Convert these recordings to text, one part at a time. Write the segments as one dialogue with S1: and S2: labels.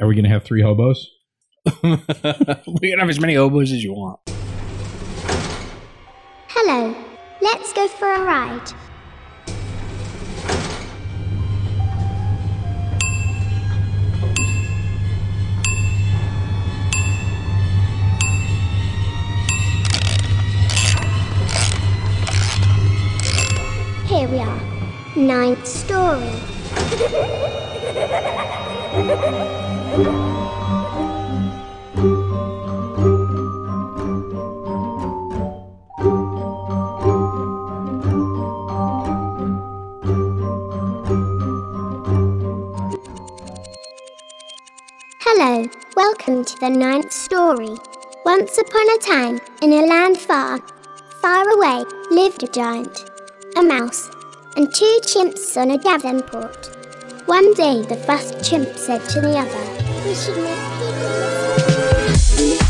S1: Are we going to have three hobos?
S2: we can have as many oboes as you want.
S3: Hello, let's go for a ride. Here we are, ninth story. Hello, welcome to the ninth story. Once upon a time, in a land far, far away, lived a giant, a mouse, and two chimps on a Davenport. One day, the first chimp said to the other, We should make people listen."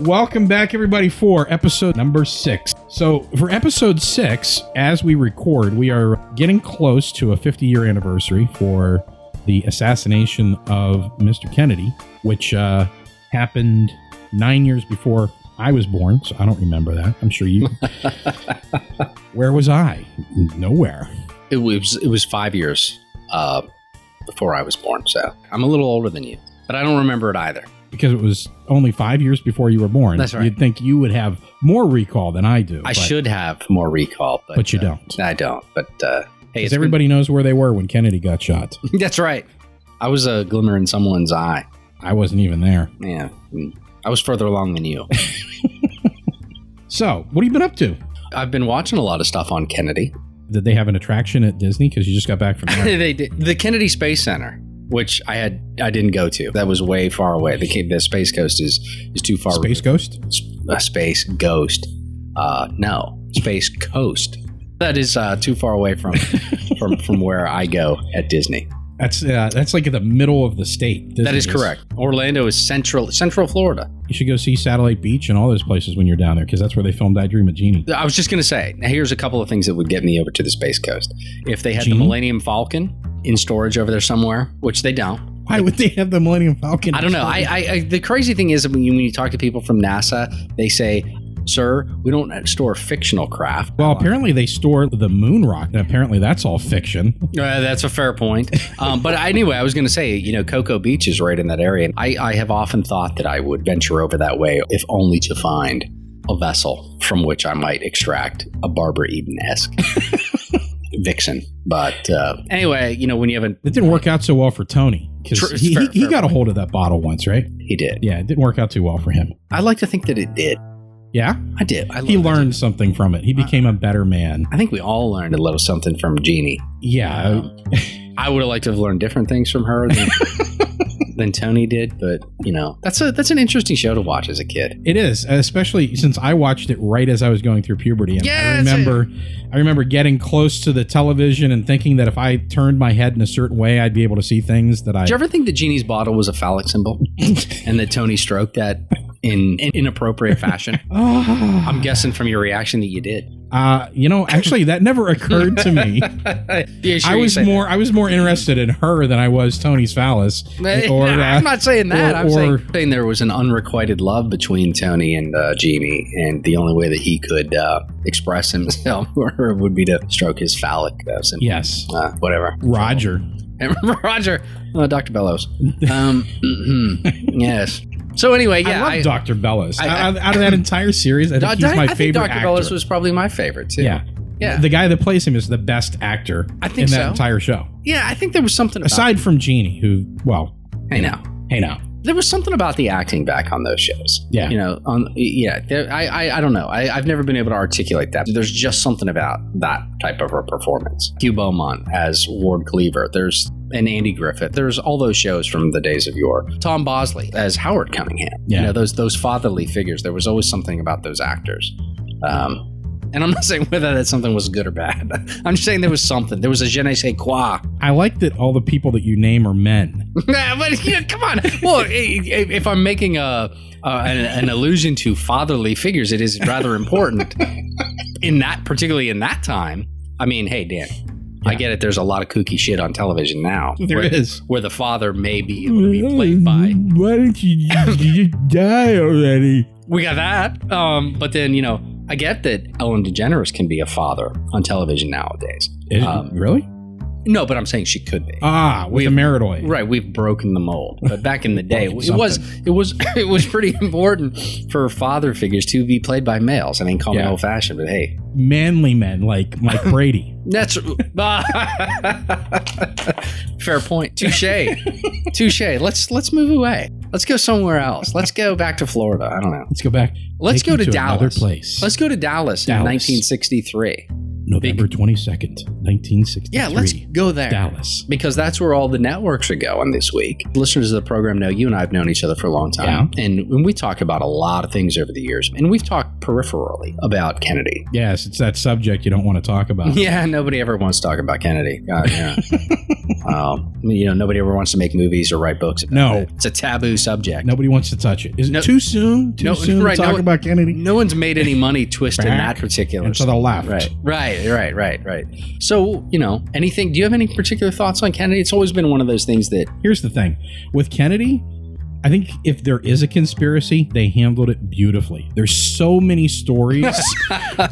S1: Welcome back, everybody, for episode number six. So, for episode six, as we record, we are getting close to a 50 year anniversary for the assassination of Mr. Kennedy, which uh, happened nine years before I was born. So, I don't remember that. I'm sure you. Where was I? Nowhere.
S2: It was it was five years uh, before I was born, so I'm a little older than you, but I don't remember it either.
S1: Because it was only five years before you were born.
S2: That's right.
S1: You'd think you would have more recall than I do.
S2: I should have more recall, but,
S1: But you
S2: uh,
S1: don't.
S2: I don't. But uh, hey,
S1: Because
S2: it's been-
S1: everybody knows where they were when Kennedy got shot.
S2: that's right. I was a glimmer in someone's eye.
S1: I wasn't even there.
S2: Yeah, Mm. I was further along than you.
S1: So, what have you been up to?
S2: I've been watching a lot of stuff on Kennedy.
S1: Did they have an attraction at Disney? Because you just got back from there.
S2: they did the Kennedy Space Center, which I had I didn't go to. That was way far away. The, K- the space coast is is too far.
S1: Space Ghost?
S2: a space ghost. Uh, no, space coast. That is uh, too far away from, from from where I go at Disney.
S1: That's uh, that's like in the middle of the state. Disney
S2: that is correct. Orlando is central central Florida.
S1: You should go see Satellite Beach and all those places when you're down there, because that's where they filmed I Dream of Genie.
S2: I was just gonna say. now Here's a couple of things that would get me over to the space coast. If they had
S1: Genie?
S2: the Millennium Falcon in storage over there somewhere, which they don't.
S1: Why would they have the Millennium Falcon?
S2: I don't know. I, I, I the crazy thing is when you, when you talk to people from NASA, they say, "Sir, we don't store fictional craft."
S1: well, apparently they store the moon rock, and apparently that's all fiction.
S2: Uh, that's a fair point. Um, but anyway, I was going to say, you know, Cocoa Beach is right in that area. And I, I have often thought that I would venture over that way, if only to find a vessel from which I might extract a Barbara Eden esque vixen. But uh, anyway, you know, when you have a.
S1: It didn't work out so well for Tony, because
S2: True,
S1: he,
S2: fair-
S1: he, he
S2: fair
S1: got a hold of that bottle once, right?
S2: He did.
S1: Yeah, it didn't work out too well for him.
S2: I like to think that it did.
S1: Yeah?
S2: I did. I
S1: He
S2: love it.
S1: learned something from it. He became a better man.
S2: I think we all learned a little something from Jeannie.
S1: Yeah,
S2: Um, I would have liked to have learned different things from her than, than Tony did, but you know, that's a that's an interesting show to watch as a kid.
S1: It is, especially since I watched it right as I was going through puberty, and I
S2: Yeah, that's
S1: remember, I remember getting close to the television and thinking that if I turned my head in a certain way, I'd be able to see things that I.
S2: Did you ever think that Jeannie's bottle was a phallic symbol and that Tony stroked that in an inappropriate fashion?
S1: Ah.
S2: I'm guessing from your reaction that you did.
S1: uh, you know, actually, that never occurred to me.
S2: Yeah, sure,
S1: I
S2: you
S1: was
S2: said-
S1: more, I was more interested in her than I was Tony's phallus. Or uh,
S2: I'm not saying that.
S1: or-
S2: I'm saying,
S1: or-
S2: saying there was an unrequited love between Tony and uh, Jeannie, and the only way that he could uh, express himself would be to stroke his phallic uh, symbol.
S1: yes,
S2: Uh, whatever.
S1: Roger.
S2: And Roger, uh, Dr. Bellows. Um, mm-hmm. yes. So anyway, yeah,
S1: I love Doctor Bellis.
S2: I- I-
S1: out, out of that entire series, I think he's
S2: I-
S1: my
S2: I think
S1: favorite
S2: Dr.
S1: actor.
S2: Bellows was probably my favorite too.
S1: yeah,
S2: Yeah.
S1: The guy that plays him is the best actor
S2: I think
S1: in that
S2: so.
S1: entire show.
S2: yeah, I think there was something about
S1: aside from Genie, who, well,
S2: I know.
S1: hey now,
S2: There was something about the acting back on those shows.
S1: Yeah.
S2: You know, on yeah, there, I, I I don't know. I, I've never been able to articulate that. There's just something about that type of a performance. Hugh Beaumont as Ward Cleaver. There's and Andy Griffith. There's all those shows from the days of yore. Tom Bosley as Howard Cunningham.
S1: Yeah.
S2: You know, those those fatherly figures. There was always something about those actors. Um and I'm not saying whether that something was good or bad. I'm just saying there was something. There was a je ne sais quoi
S1: I like that all the people that you name are men.
S2: Nah, but you know, come on. Well, i- i- if I'm making a, a an, an allusion to fatherly figures, it is rather important in that, particularly in that time. I mean, hey, Dan, I get it. There's a lot of kooky shit on television now.
S1: There
S2: where,
S1: is. Mm-hmm.
S2: where the father may be able to be played by.
S1: Why don't you, you die already?
S2: We got that. Um, but then you know, I get that Ellen DeGeneres can be a father on television nowadays. Um,
S1: really?
S2: No, but I'm saying she could be.
S1: Ah, with the meritoid.
S2: Right, we've broken the mold. But back in the day, it was it was it was pretty important for father figures to be played by males. I mean, call me
S1: Yeah.
S2: old fashioned, but hey,
S1: Manly men like Mike Brady.
S2: that's fair point. Touche, touche. Let's let's move away. Let's go somewhere else. Let's go back to Florida. I don't know.
S1: Let's go back.
S2: Let's
S1: Take
S2: go
S1: you
S2: to,
S1: another
S2: Dallas.
S1: place.
S2: Let's go to Dallas, in
S1: Dallas.
S2: 1963.
S1: November 22nd, 1963.
S2: Yeah, let's go there.
S1: Dallas.
S2: because that's where all the networks are going this week. Listeners of the program know you and I have known each other for a long time, and and we talk about a lot of things over the years, and we've talked peripherally about Kennedy.
S1: Yes, it's that subject you don't want to talk about.
S2: Yeah, nobody ever wants to talk about Kennedy. God, yeah. um, you know, nobody ever wants to make movies or write books. About
S1: No.
S2: it. it's a taboo subject.
S1: Nobody wants to touch it. Is
S2: No-
S1: it too soon? Too
S2: no,
S1: soon
S2: right,
S1: to talk
S2: no-
S1: about Kennedy?
S2: No one's made any money twisting that
S1: Back
S2: particular.
S1: And to the left.
S2: Right, right, right, right, right. So, you know, anything? Do you have any particular thoughts on Kennedy? It's always been one of those things that
S1: Here's the thing with Kennedy, I think if there is a conspiracy, they handled it beautifully. There's so many stories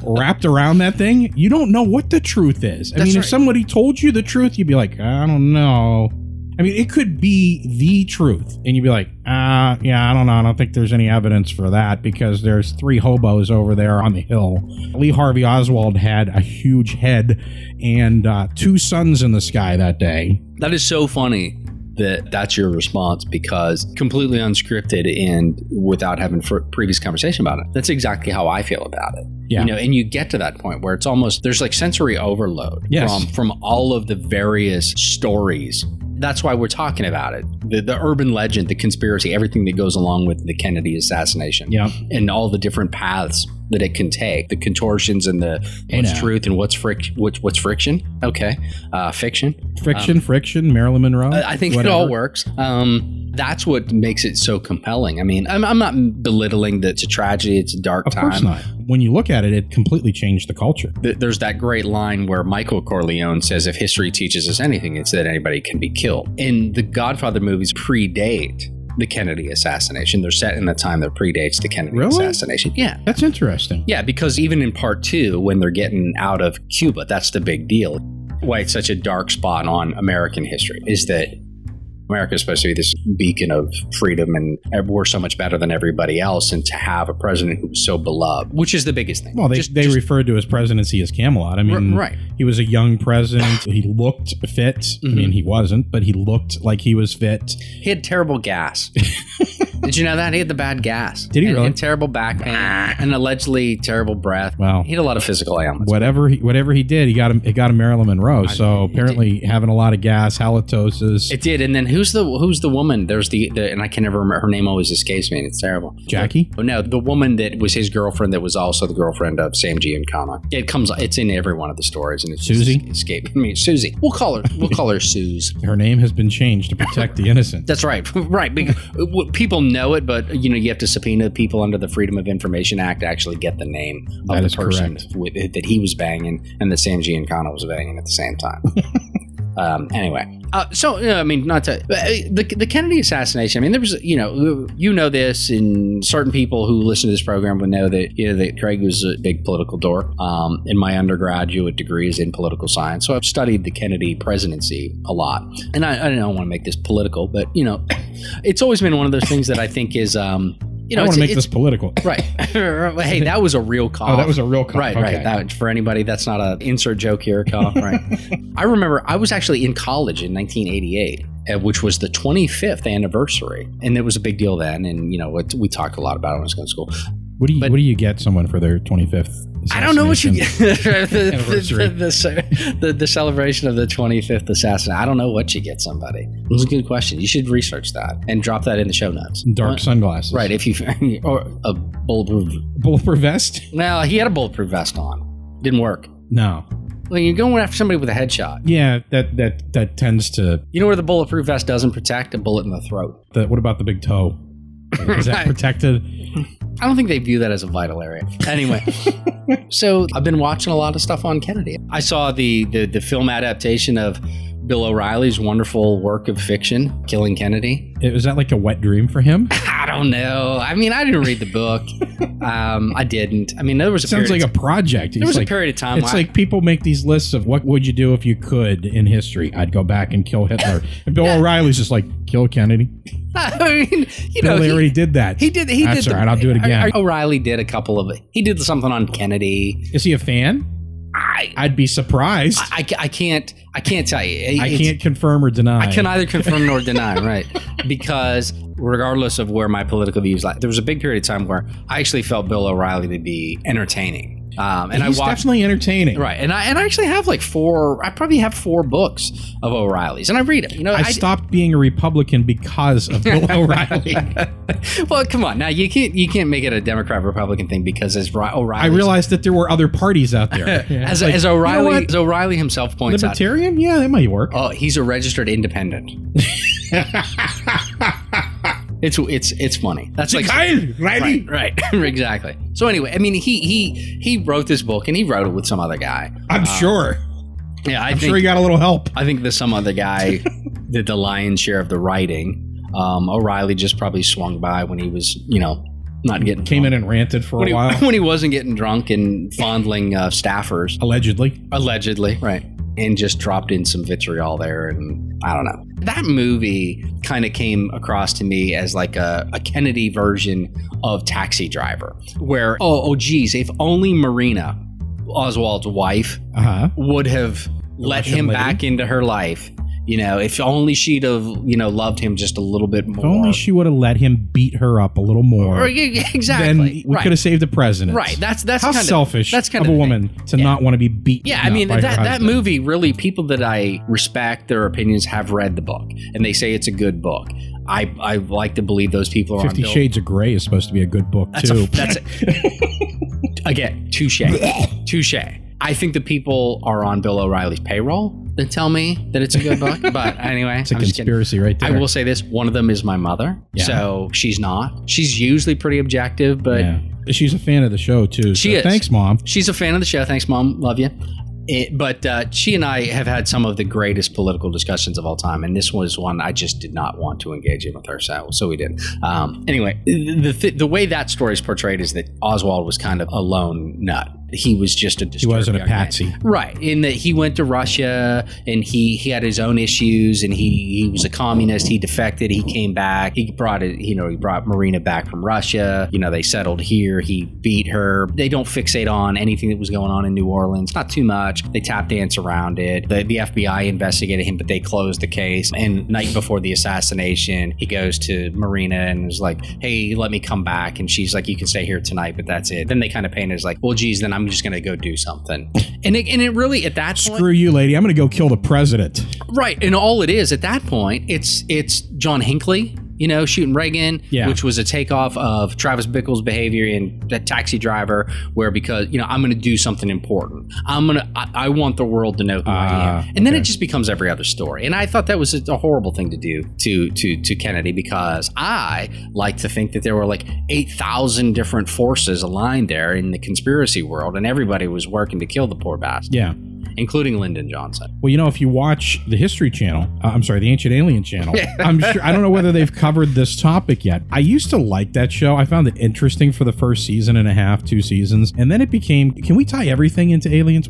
S1: wrapped around that thing. You don't know what the truth is. I
S2: That's
S1: mean,
S2: right.
S1: if somebody told you the truth, you'd be like, I don't know. I mean, it could be the truth, and you'd be like, uh, yeah, I don't know. I don't think there's any evidence for that because there's three hobos over there on the hill. Lee Harvey Oswald had a huge head and uh, two suns in the sky that day.
S2: That is so funny that that's your response because completely unscripted and without having fr- previous conversation about it. That's exactly how I feel about it.
S1: Yeah.
S2: You know, and you get to that point where it's almost there's like sensory overload
S1: Yes.
S2: from from all of the various stories. That's why we're talking about it. The the urban legend, the conspiracy, everything that goes along with the Kennedy assassination
S1: Yeah.
S2: and all the different paths that it can take, the contortions and the
S1: I
S2: what's
S1: know.
S2: truth and what's fric- what's what's friction. Okay. Uh fiction.
S1: Friction, friction, Marilyn Monroe.
S2: Um, I I think it all works. Um, that's what makes it so compelling. I mean, I'm, I'm not belittling that it's a tragedy, it's a dark
S1: Of
S2: time.
S1: course not. When you look at it, it completely changed the culture.
S2: Th- There's that great line where Michael Corleone says, if history teaches us anything, it's that anybody can be killed. And the Godfather movies predate the Kennedy assassination. They're set in the time that predates the Kennedy
S1: Really?
S2: assassination. Yeah.
S1: That's interesting.
S2: Yeah, because even in part two, when they're getting out of Cuba, that's the big deal. Why it's such a dark spot on American history is that America is supposed to be this beacon of freedom and we're so much better than everybody else. And to have a president who's so beloved, which is the biggest thing.
S1: Well, they,
S2: Just-
S1: they
S2: just-
S1: referred to his presidency as Camelot. I mean,
S2: r- right.
S1: he was a young president. he looked fit. I
S2: Mhm.
S1: mean, he wasn't, but he looked like he was fit.
S2: He had terrible gas. Did you know that? He had the bad gas.
S1: Did he
S2: and,
S1: really?
S2: And terrible back pain and allegedly terrible breath.
S1: Wow.
S2: He had a lot of physical ailments.
S1: Whatever he, whatever he did, he got him. It got him Marilyn Monroe. so apparently, having a lot of gas, halitosis.
S2: It did, and then who's the who's the woman? There's the, the and I can never remember her name. Always escapes me, and it's terrible.
S1: Jackie.
S2: But no, the woman that was his girlfriend that was also the girlfriend of Sam Giancana. It comes it's in every one of the stories and it's just
S1: Susie?
S2: escaping me. Susie. We'll call her we'll call her Suze.
S1: Her name has been changed to protect the innocent.
S2: That's right. Right. Because w- people know it, but you know, you have to subpoena people under the Freedom of Information Act to actually get the name of
S1: That
S2: the
S1: is
S2: person
S1: correct.
S2: with, that he was banging and that Sam Giancana was banging at the same time. um, anyway, uh, so you know, I mean, not to but, uh, the the Kennedy assassination. I mean, there was you know you know this, and certain people who listen to this program would know that you know that Craig was a big political dork. Um, in my undergraduate degree is in political science, so I've studied the Kennedy presidency a lot, and I, I don't want to make this political, but you know, it's always been one of those things that I think is. Um, you know,
S1: I want
S2: it's-
S1: to make
S2: it's-
S1: this political.
S2: Right. hey, that was a real call.
S1: Oh, that was a real cop.
S2: Right,
S1: Okay.
S2: right. That, for anybody that's not a insert joke here, cough, right? I remember I was actually in college in 1988, uh, which was the 25th anniversary, and it was a big deal then. And you know, it, we talked a lot about it when I was going to school.
S1: what do you
S2: but-
S1: What do you get someone for their twenty fifth?
S2: I don't know what you get the,
S1: Anniversary.
S2: the, the, ce- the, the celebration of the 25th assassin. I don't know what you get somebody. It was a good question. You should research that and drop that in the show notes.
S1: Dark
S2: Uh,
S1: sunglasses.
S2: Right, if you or a bulletproof.
S1: Bulletproof vest?
S2: Well, he had a bulletproof vest on. Didn't work.
S1: No.
S2: Well, you're going after somebody with a headshot.
S1: Yeah, that that that tends to.
S2: You know where the bulletproof vest doesn't protect a bullet in the throat.
S1: That, what about the big toe? Is that
S2: Right.
S1: protected?
S2: I don't think they view that as a vital area. Anyway, so I've been watching a lot of stuff on Kennedy. I saw the the, the film adaptation of Bill O'Reilly's wonderful work of fiction, Killing Kennedy.
S1: It- Was that like a wet dream for him?
S2: I don't know. I mean, I didn't read the book. Um, I didn't. I mean, there was a
S1: It sounds
S2: period
S1: like a project.
S2: there
S1: He's
S2: was
S1: like-
S2: a period of time.
S1: It's
S2: where I-
S1: like people make these lists of what would you do if you could in history. I'd go back and kill Hitler. And Bill O'Reilly's just like kill Kennedy.
S2: I mean, you
S1: Bill,
S2: know,
S1: they
S2: he-
S1: already did that.
S2: He did. He
S1: That's
S2: did.
S1: all right, I'll do it again.
S2: O'Reilly did a couple of. He did something on Kennedy.
S1: Is he a fan?
S2: I,
S1: I'd be surprised.
S2: I, I can't. I can't tell you. It-
S1: I,
S2: it's-
S1: can't confirm or deny.
S2: I can either confirm nor deny, right? Because regardless of where my political views lie, there was a big period of time where I actually felt Bill O'Reilly to be entertaining. Um, and
S1: He's
S2: I watched
S1: definitely entertaining.
S2: right, and I and I actually have like four. I probably have four books of O'Reilly's, and I read them. You know,
S1: I
S2: I-
S1: stopped being a Republican because of Bill O'Reilly.
S2: well, come on, now you can't you can't make it a Democrat Republican thing because as Ri- O'Reilly,
S1: I realized that there were other parties out there. Yeah,
S2: as,
S1: like,
S2: as
S1: you know
S2: O'Reilly
S1: what?
S2: as O'Reilly himself points out,
S1: libertarian? Yeah, that might work.
S2: Oh, he's a registered independent. it's it's it's funny. That's like
S1: Kyle, Riley.
S2: right, right, exactly. So anyway, I mean, he he he wrote this book and he wrote it with some other guy.
S1: I'm sure.
S2: Yeah, I
S1: I'm
S2: think
S1: sure he got a little help.
S2: I think the some other guy did the lion's share of the writing. Um, O'Reilly just probably swung by when he was you know not getting
S1: Came in
S2: drunk.
S1: and ranted for
S2: when
S1: a
S2: he,
S1: while,
S2: when he wasn't getting drunk and fondling uh, staffers.
S1: allegedly.
S2: allegedly right and just dropped in some vitriol there and i don't know that movie kind of came across to me as like a, a kennedy version of taxi driver where oh oh geez if only marina oswald's wife
S1: Uh huh.
S2: would have let
S1: Russian
S2: him
S1: lady?
S2: back into her life you know if only she'd have you know loved him just a little bit more
S1: If only she would have let him beat her up a little more,
S2: Or- yeah, exactly
S1: then we
S2: right.
S1: could have saved the president.
S2: right that's that's
S1: How
S2: kind of
S1: selfish
S2: that's kind
S1: of a
S2: of the
S1: woman to
S2: Yeah.
S1: not want to be beat.
S2: Yeah, I mean
S1: by
S2: that,
S1: her
S2: that
S1: husband.
S2: movie really people that I respect their opinions have read the book and they say it's a good book. I, I like to believe those people are
S1: Fifty
S2: on Bill-
S1: Shades of Grey is supposed to be a good book
S2: That's
S1: too.
S2: a, that's a, again touche touche. I think the people are on Bill O'Reilly's payroll that tell me that it's a good book. But anyway,
S1: it's a
S2: I'm just kidding.
S1: conspiracy right
S2: I
S1: there.
S2: will say this: one of them is my mother,
S1: Yeah.
S2: so she's not. She's usually pretty objective, but
S1: Yeah. She's a fan of the show too.
S2: She
S1: so
S2: is.
S1: Thanks, mom.
S2: She's a fan of the show. Thanks, mom. Love you. It, but uh, she and I have had some of the greatest political discussions of all time, and this was one I just did not want to engage in with her, so, so we did. Um, anyway, the th- the way that story is portrayed is that Oswald was kind of a lone nut. He was just a
S1: She wasn't a
S2: disturbed young man.
S1: patsy.
S2: Right, in that he went to Russia and he he had his own issues and he he was a communist. He defected. He came back. He brought it. You know, he brought Marina back from Russia. You know, they settled here. He beat her. They don't fixate on anything that was going on in New Orleans. Not too much. They tap dance around it. The, the FBI investigated him, but they closed the case. And night before the assassination, he goes to Marina and is like, "Hey, let me come back." And she's like, "You can stay here tonight, but that's it." Then they kind of paint it as like, "Well, geez, then I'm just gonna go do something." And it, and it really at that point,
S1: Screw you, lady. I'm going to go kill the president.
S2: right? And all it is at that point, it's it's John Hinckley, you know, shooting Reagan,
S1: Yeah.
S2: which was a takeoff of Travis Bickle's behavior in that Taxi Driver, where because you know I'm going to do something important, I'm gonna I, I want the world to know who I
S1: Ah,
S2: am, and then
S1: okay.
S2: it just becomes every other story. And I thought that was a, a horrible thing to do to to to Kennedy because I like to think that there were like eight thousand different forces aligned there in the conspiracy world, and everybody was working to kill the poor bastard,
S1: Yeah.
S2: including Lyndon Johnson.
S1: Well, you know, if you watch the History Channel, uh, I'm sorry, the Ancient Alien Channel, I'm sure, I don't know whether they've covered this topic yet. I used to like that show. I found it interesting for the first season and a half, two seasons. And then it became can we tie everything into aliens?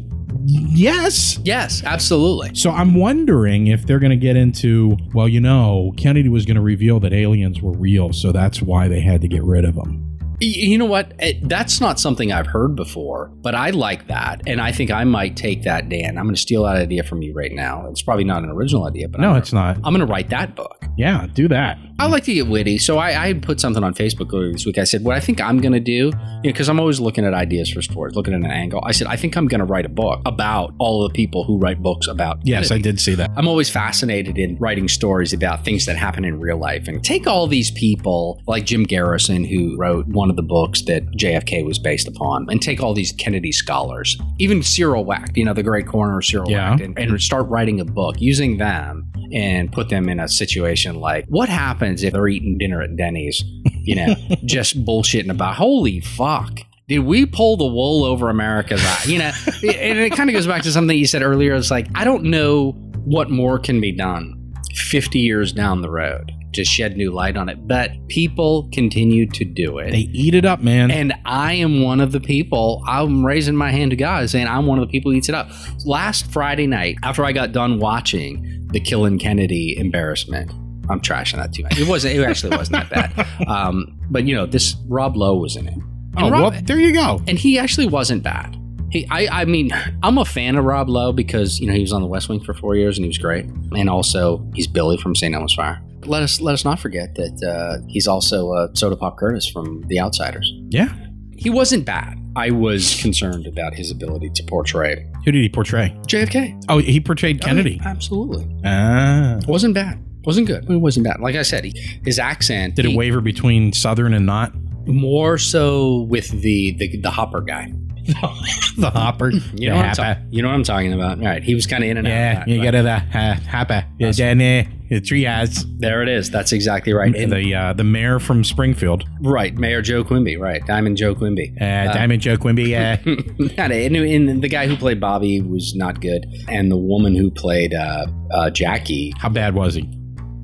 S1: Yes.
S2: Yes, absolutely.
S1: So I'm wondering if they're going to get into, well, you know, Kennedy was going to reveal that aliens were real. So that's why they had to get rid of them.
S2: Y- You know what? It- That's not something I've heard before, but I like that. And I think I might take that, Dan. I'm going to steal that idea from you right now. It's probably not an original idea, but
S1: No,
S2: I'm,
S1: it's not.
S2: I'm going to write that book.
S1: Yeah, do that.
S2: I like to get witty. So I, I had put something on Facebook earlier this week. I said, what I think I'm going to do, because I'm always looking at ideas for stories, looking at an angle. I said, I think I'm going to write a book about all the people who write books about.
S1: Yes, I
S2: Kennedy.
S1: did see that.
S2: I'm always fascinated in writing stories about things that happen in real life and take all these people like Jim Garrison who wrote one one of the books that JFK was based upon, and take all these Kennedy scholars, even Cyril Wack, you know, the great coroner Cyril
S1: Yeah.
S2: Wack, and, and start writing a book using them and put them in a situation like what happens if they're eating dinner at Denny's, you know, just bullshitting about holy fuck. Did we pull the wool over America's eye? You know, and it kind of goes back to something you said earlier. It's like, I don't know what more can be done 50 years down the road to shed new light on it, but people continue to do it.
S1: They eat it up, man.
S2: And I am one of the people. I'm raising my hand to God, saying I'm one of the people who eats it up. Last Friday night, after I got done watching the Killing Kennedy embarrassment, I'm trashing that too much. It wasn't. It actually wasn't that bad. Um, but you know, this Rob Lowe was in it. And
S1: oh,
S2: Rob-
S1: well, there you go.
S2: and he actually wasn't bad. He, I, I mean, I'm a fan of Rob Lowe because you know he was on The West Wing for four years and he was great, and also he's Billy from St. Elmo's Fire. Let us let us not forget that uh, he's also uh, Soda Pop Curtis from The Outsiders.
S1: Yeah.
S2: He wasn't bad. I was concerned about his ability to portray
S1: Who did he portray?
S2: JFK.
S1: Oh, he portrayed Kennedy.
S2: Oh, absolutely.
S1: Ah.
S2: Wasn't bad. Wasn't good. It wasn't bad. Like I said, he, his accent
S1: Did it
S2: he-
S1: waver between Southern and not?
S2: more so with the the, the Hopper guy.
S1: The Hopper.
S2: You know, what I'm ta- you know what I'm talking about. All right. He was kind of in and out.
S1: Yeah,
S2: of that,
S1: you
S2: but-
S1: get it, uh, uh, Hopper. Yeah, Jenny, the three eyes.
S2: There it is. That's exactly right. And-
S1: The uh, the mayor from Springfield,
S2: right, Mayor Joe Quimby. Right, Diamond Joe Quimby.
S1: uh, Diamond Joe Quimby. Uh,
S2: not it. And, and the guy who played Bobby was not good, and the woman who played uh, uh, Jackie,
S1: how bad was he?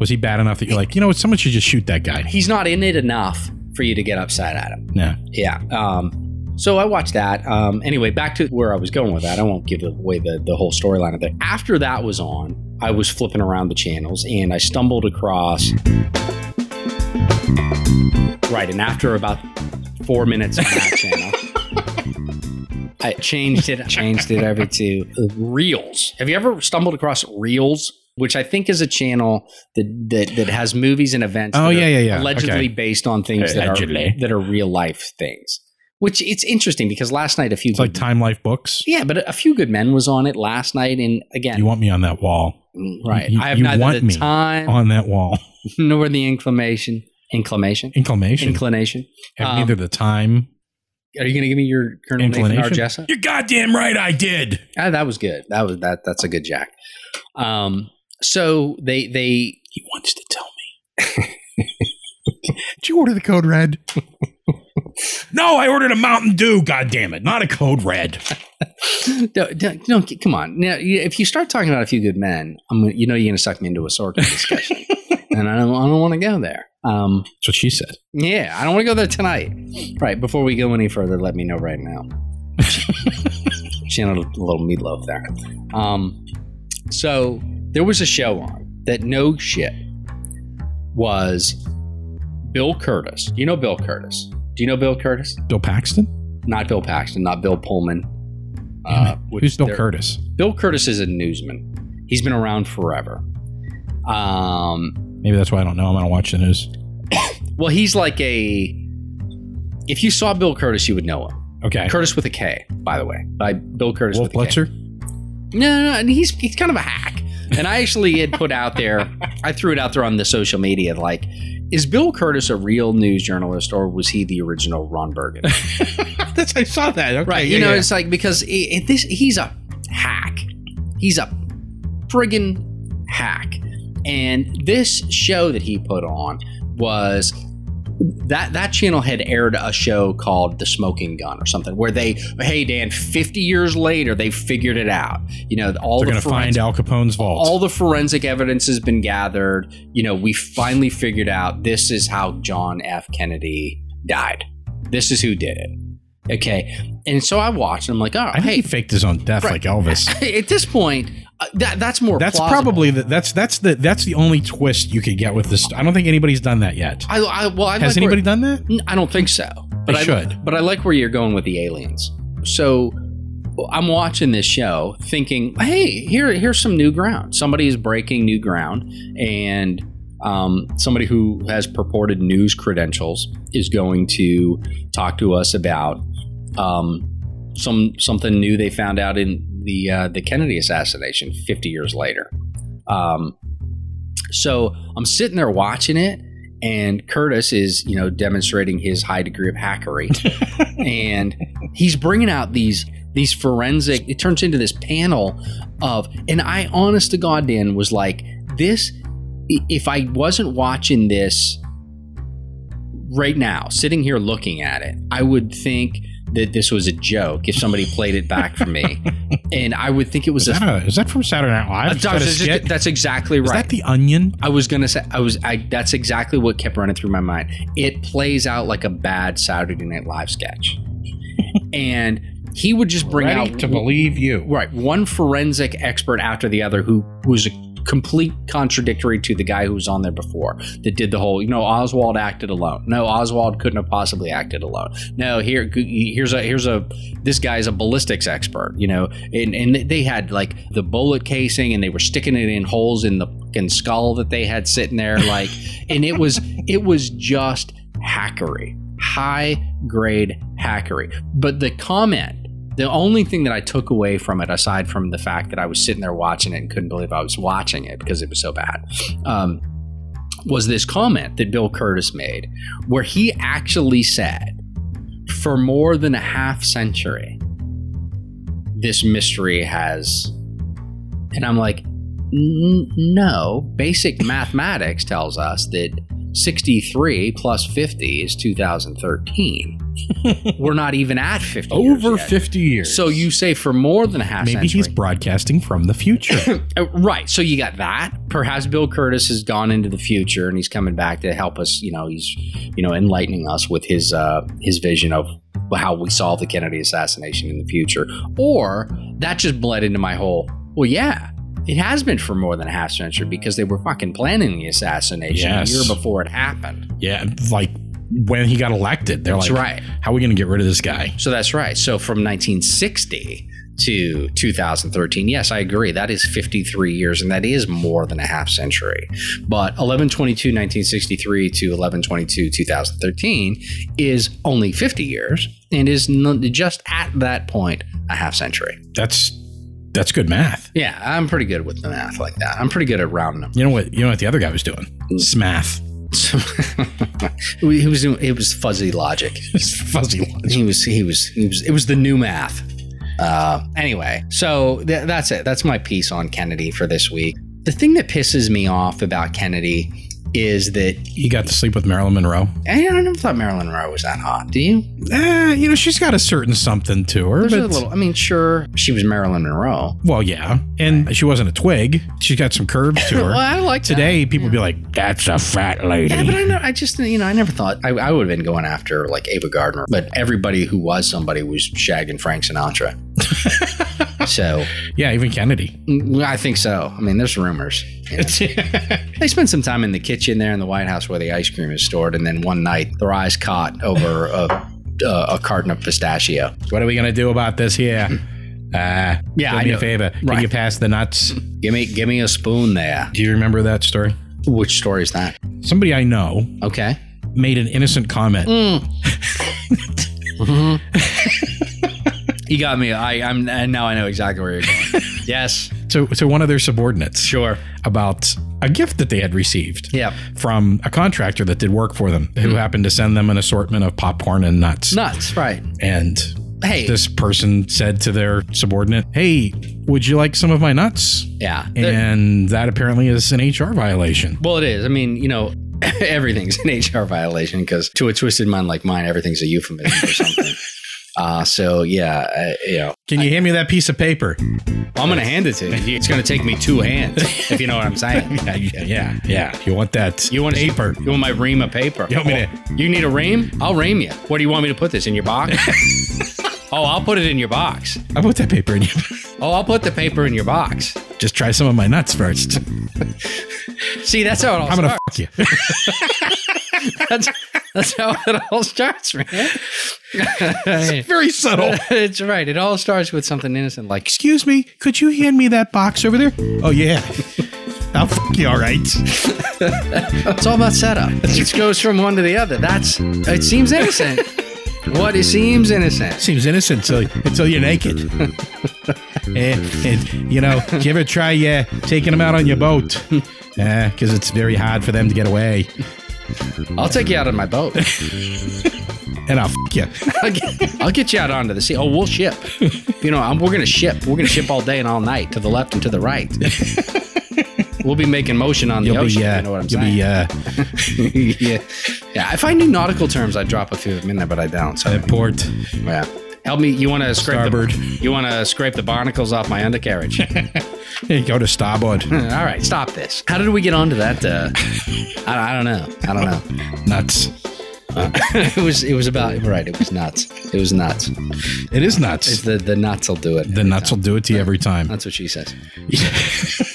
S1: Was he bad enough that you're like, you know what? Someone should just shoot that guy.
S2: he's not in it enough for you to get upset at him.
S1: No.
S2: Yeah. Um, so I watched that. Um, anyway, back to where I was going with that. I won't give away the, the whole storyline of it. After that was on, I was flipping around the channels and I stumbled across. Right. And after about four minutes on that channel, I changed it, changed it over to Reels. Have you ever stumbled across Reels? Which I think is a channel that, that, that has movies and events.
S1: Oh
S2: that are
S1: yeah, yeah, yeah.
S2: allegedly
S1: Okay.
S2: based on things that are,
S1: Allegedly.
S2: that are real life things. Which it's interesting because last night a few
S1: It's like Time Life books.
S2: yeah, but a few good men was on it last night, and again, mm,
S1: You want me on that wall?
S2: right?
S1: you-
S2: I have
S1: you
S2: neither
S1: want
S2: the
S1: me
S2: time
S1: On that wall.
S2: nor the inclination, inclination,
S1: Inclamation.
S2: inclination.
S1: Have
S2: um,
S1: neither the time.
S2: Are you going to give me your Colonel Nathan
S1: Inclination?
S2: Argessa?
S1: You're goddamn right. I did.
S2: Ah, that was good. That was that. That's a good jack. Um, so they they
S1: He wants to tell me. Did you order the code red? no, I ordered a Mountain Dew. God damn it, not a code red.
S2: don't, don't, don't- come on. Now, you- if you start talking about a few good men, I'm gonna, you know you're going to suck me into a sword discussion, and I don't, I don't want to go there. Um,
S1: That's what she said.
S2: yeah, I don't want to go there tonight. Right before we go any further, let me know right now. she had a little meatloaf there. Um, so there was a show on that no shit was Bill Curtis. You know Bill Curtis. Do you know Bill Curtis?
S1: Bill Paxton.
S2: Not Bill Paxton. Not Bill Pullman.
S1: Damn it.
S2: which
S1: Who's Bill
S2: there-
S1: Curtis?
S2: Bill Curtis is a newsman. He's been around forever. Um,
S1: Maybe that's why I don't know him. I don't watch the news.
S2: well, he's like a. If you saw Bill Curtis, you would know him.
S1: Okay.
S2: Curtis with a K, by the way, by Bill Curtis.
S1: Wolf
S2: with a K.
S1: Blitzer.
S2: No, no, no, and he's he's kind of a hack. And I actually had put out there, I threw it out there on the social media, like, is Bill Curtis a real news journalist or was he the original Ron Bergen?
S1: That's I saw that. Okay,
S2: Right.
S1: yeah,
S2: You know,
S1: yeah.
S2: it's like because i it, this he's a hack. He's a friggin' hack. And this show that he put on was that that channel had aired a show called The Smoking Gun or something where they hey Dan 50 years later they figured it out. You know, all
S1: they're
S2: the
S1: gonna
S2: forensic-
S1: find Al Capone's vault.
S2: all the forensic evidence has been gathered. You know, we finally figured out this is how John F. Kennedy died. This is who did it. Okay. And so I watched and I'm like, all
S1: I
S2: right,
S1: think he
S2: hey,
S1: faked his own death
S2: Right.
S1: like Elvis.
S2: at this point, uh, that, that's more
S1: That's
S2: plausible.
S1: probably the, that's that's the that's the only twist you could get with this. I don't think anybody's done that yet.
S2: I, I, well, I
S1: Has
S2: like where-
S1: anybody done that?
S2: N- I don't think so. But
S1: They
S2: I
S1: should.
S2: But I like where you're going with the aliens. So well, I'm watching this show, thinking, "Hey, here, here's some new ground. Somebody is breaking new ground, and um, somebody who has purported news credentials is going to talk to us about um, some something new they found out in the uh, the Kennedy assassination 50 years later." Um, so I'm sitting there watching it, and Curtis is, you know, demonstrating his high degree of hackery, and he's bringing out these these forensic. It turns into this panel of, and I, honest to God, Dan was like, this. i- If I wasn't watching this right now, sitting here looking at it, I would think that this was a joke. If somebody played it back for me, and I would think it was
S1: Is that,
S2: a.
S1: a, is that from Saturday Night Live?
S2: a-
S1: Is that a skit?
S2: that's exactly
S1: Is
S2: right.
S1: that the onion?
S2: I was gonna say I was I that's exactly what kept running through my mind. It plays out like a bad Saturday Night Live sketch. and he would just bring
S1: Ready
S2: out
S1: to believe you.
S2: right one forensic expert after the other who was a complete contradictory to the guy who was on there before that did the whole you know Oswald acted alone no Oswald couldn't have possibly acted alone no here here's a here's a this guy's a ballistics expert you know and and they had like the bullet casing and they were sticking it in holes in the fucking skull that they had sitting there like and it was it was just hackery high grade hackery but the comment the only thing that I took away from it, aside from the fact that I was sitting there watching it and couldn't believe I was watching it because it was so bad, um, was this comment that Bill Curtis made, where he actually said, for more than a half century, this mystery has. And I'm like, "N- no, basic mathematics tells us that 63 plus 50 is 2013. We're not even at 50. years
S1: Over
S2: yet.
S1: 50 years.
S2: So you say for more than a half
S1: Maybe
S2: century.
S1: he's broadcasting from the future.
S2: Uh, right. So you got that. Perhaps Bill Curtis has gone into the future and he's coming back to help us. You know, he's you know enlightening us with his uh, his vision of how we solve the Kennedy assassination in the future. Or that just bled into my whole. Well, yeah. It has been for more than a half century because they were fucking planning the assassination
S1: Yes.
S2: a year before it happened.
S1: yeah, like when he got elected, they're
S2: That's
S1: like,
S2: right.
S1: how are we going to get rid of this guy?
S2: So that's right. So from 1960 to 2013, yes, I agree. That is 53 years, and that is more than a half century. But 1122, 1963 to 1122, 2013 is only 50 years, and is n- just at that point a half century.
S1: That's that's good math.
S2: Yeah, I'm pretty good with the math like that. I'm pretty good at round numbers.
S1: You know what? You know what the other guy was doing?
S2: Mm.
S1: Smath.
S2: it was doing- it was fuzzy logic.
S1: It's fuzzy. logic.
S2: he was he was he was it was the new math uh anyway so th- that's it that's my piece on kennedy for this week the thing that pisses me off about kennedy is that
S1: He got to sleep with Marilyn Monroe.
S2: i never thought marilyn monroe was that hot do you
S1: Eh, you know, she's got a certain something to her.
S2: there's
S1: but
S2: a little i mean sure she was marilyn monroe
S1: Well, yeah. And she wasn't a twig. She's got some curves to
S2: well
S1: her.
S2: i like that.
S1: Today, people be like, that's a fat lady.
S2: yeah, but I, know, I just, you know, I never thought I, I would have been going after like Ava Gardner, but everybody who was somebody was shagging Frank Sinatra. so
S1: Yeah, even Kennedy.
S2: mm, I think so. I mean, there's rumors. you know. They spent some time in the kitchen there in the White House where the ice cream is stored, and then one night their eyes caught over a, a, a carton of pistachio.
S1: what are we going to do about this here? Uh,
S2: Hmm. Yeah,
S1: do
S2: I
S1: me
S2: know.
S1: a favor.
S2: Right.
S1: Can you pass the nuts?
S2: Give me, give me a spoon there.
S1: Do you remember that story?
S2: Which story is that?
S1: Somebody I know
S2: Okay.
S1: made an innocent comment.
S2: Hmm. You got me. I, I'm and now I know exactly where you're going. yes.
S1: to, to one of their subordinates
S2: Sure.
S1: about a gift that they had received
S2: Yeah. Hmm.
S1: from a contractor that did work for them, who happened to send them an assortment of popcorn and nuts.
S2: Nuts. Right.
S1: And
S2: Hey.
S1: this person said to their subordinate, Hey, would you like some of my nuts?
S2: yeah. There-
S1: And that apparently is an HR violation.
S2: well, it is. I mean, you know, everything's an HR violation because to a twisted mind like mine, everything's a euphemism for something. Uh, so yeah, uh, you know,
S1: Can you hand me that piece of paper?
S2: I'm gonna hand it to you. It's gonna take me two hands, if you know what I'm saying.
S1: Yeah, yeah, yeah. yeah. You want that?
S2: You want
S1: paper?
S2: You want my ream of paper?
S1: You want me to-
S2: Oh, you need a ream? I'll ream you. What do you want me to put this in your box? oh, I'll put it in your box.
S1: I put that paper in you.
S2: Oh, I'll put the paper in your box.
S1: Just try some of my nuts first.
S2: See, that's how it all
S1: I'm gonna
S2: starts.
S1: fuck you.
S2: That's, that's how it all starts, man.
S1: Very subtle.
S2: it's right. It all starts with something innocent, like
S1: Excuse me, could you hand me that box over there? Oh yeah. I'll fuck you, all right.
S2: It's all about setup. It goes from one to the other. That's it seems innocent. what it seems innocent.
S1: Seems innocent until, until you're naked. and, and you know, do you ever Uh, try uh, taking them out on your boat? Because it's very hard for them to get away.
S2: I'll take you out on my boat.
S1: and I'll f- you.
S2: I'll get, I'll get you out onto the sea. Oh, we'll ship. You know, I'm, we're going to ship. We're going to ship all day and all night to the left and to the right. We'll be making motion on the
S1: You'll
S2: ocean.
S1: be, uh,
S2: you know what I'm
S1: you'll
S2: saying?
S1: be, uh,
S2: uh, yeah. yeah. If I knew nautical terms, I'd drop a few of them in there, but I don't. So
S1: at port.
S2: yeah. Help me. You want to scrape
S1: Starboard.
S2: the you want to scrape the barnacles off my undercarriage.
S1: Hey, go to starboard.
S2: All right, stop this. How did we get onto that? Uh, I, I don't know. I don't know. Uh,
S1: nuts.
S2: it was it was about right. It was nuts. It was nuts.
S1: It is nuts.
S2: It's the the nuts will do it.
S1: the nuts will do it to you every time.
S2: That's what she says.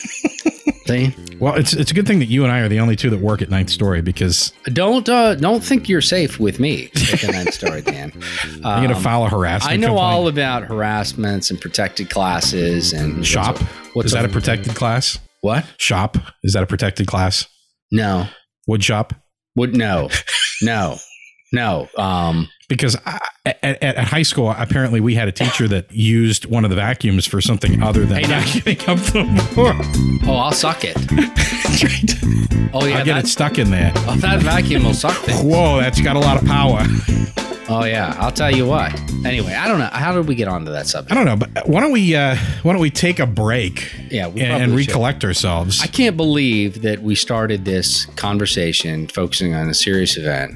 S2: See,
S1: Well, it's it's a good thing that you and I are the only two that work at Ninth Story because
S2: don't uh, don't think you're safe with me. Taking that story, Dan.
S1: you're gonna
S2: Um,
S1: file a harassment.
S2: I know
S1: complaint.
S2: all about harassments and protected classes and
S1: Shop.
S2: What's
S1: is that a
S2: protected?
S1: protected class?
S2: what?
S1: Shop is that a protected class?
S2: No,
S1: Wood shop
S2: would no, no, no. Um,
S1: because I, at, at, at high school apparently we had a teacher that used one of the vacuums for something other than
S2: Hey, now-
S1: vacuuming up the floor.
S2: oh, I'll suck it. Oh yeah,
S1: I get
S2: that,
S1: it stuck in there.
S2: oh, that vacuum will suck things.
S1: Whoa, that's got a lot of power.
S2: Oh yeah, I'll tell you what. Anyway, I don't know. How did we get onto that
S1: I
S2: subject?
S1: don't know, but why don't we uh, why don't we take a break?
S2: Yeah, we
S1: and, and
S2: probably should.
S1: recollect ourselves.
S2: I can't believe that we started this conversation focusing on a serious event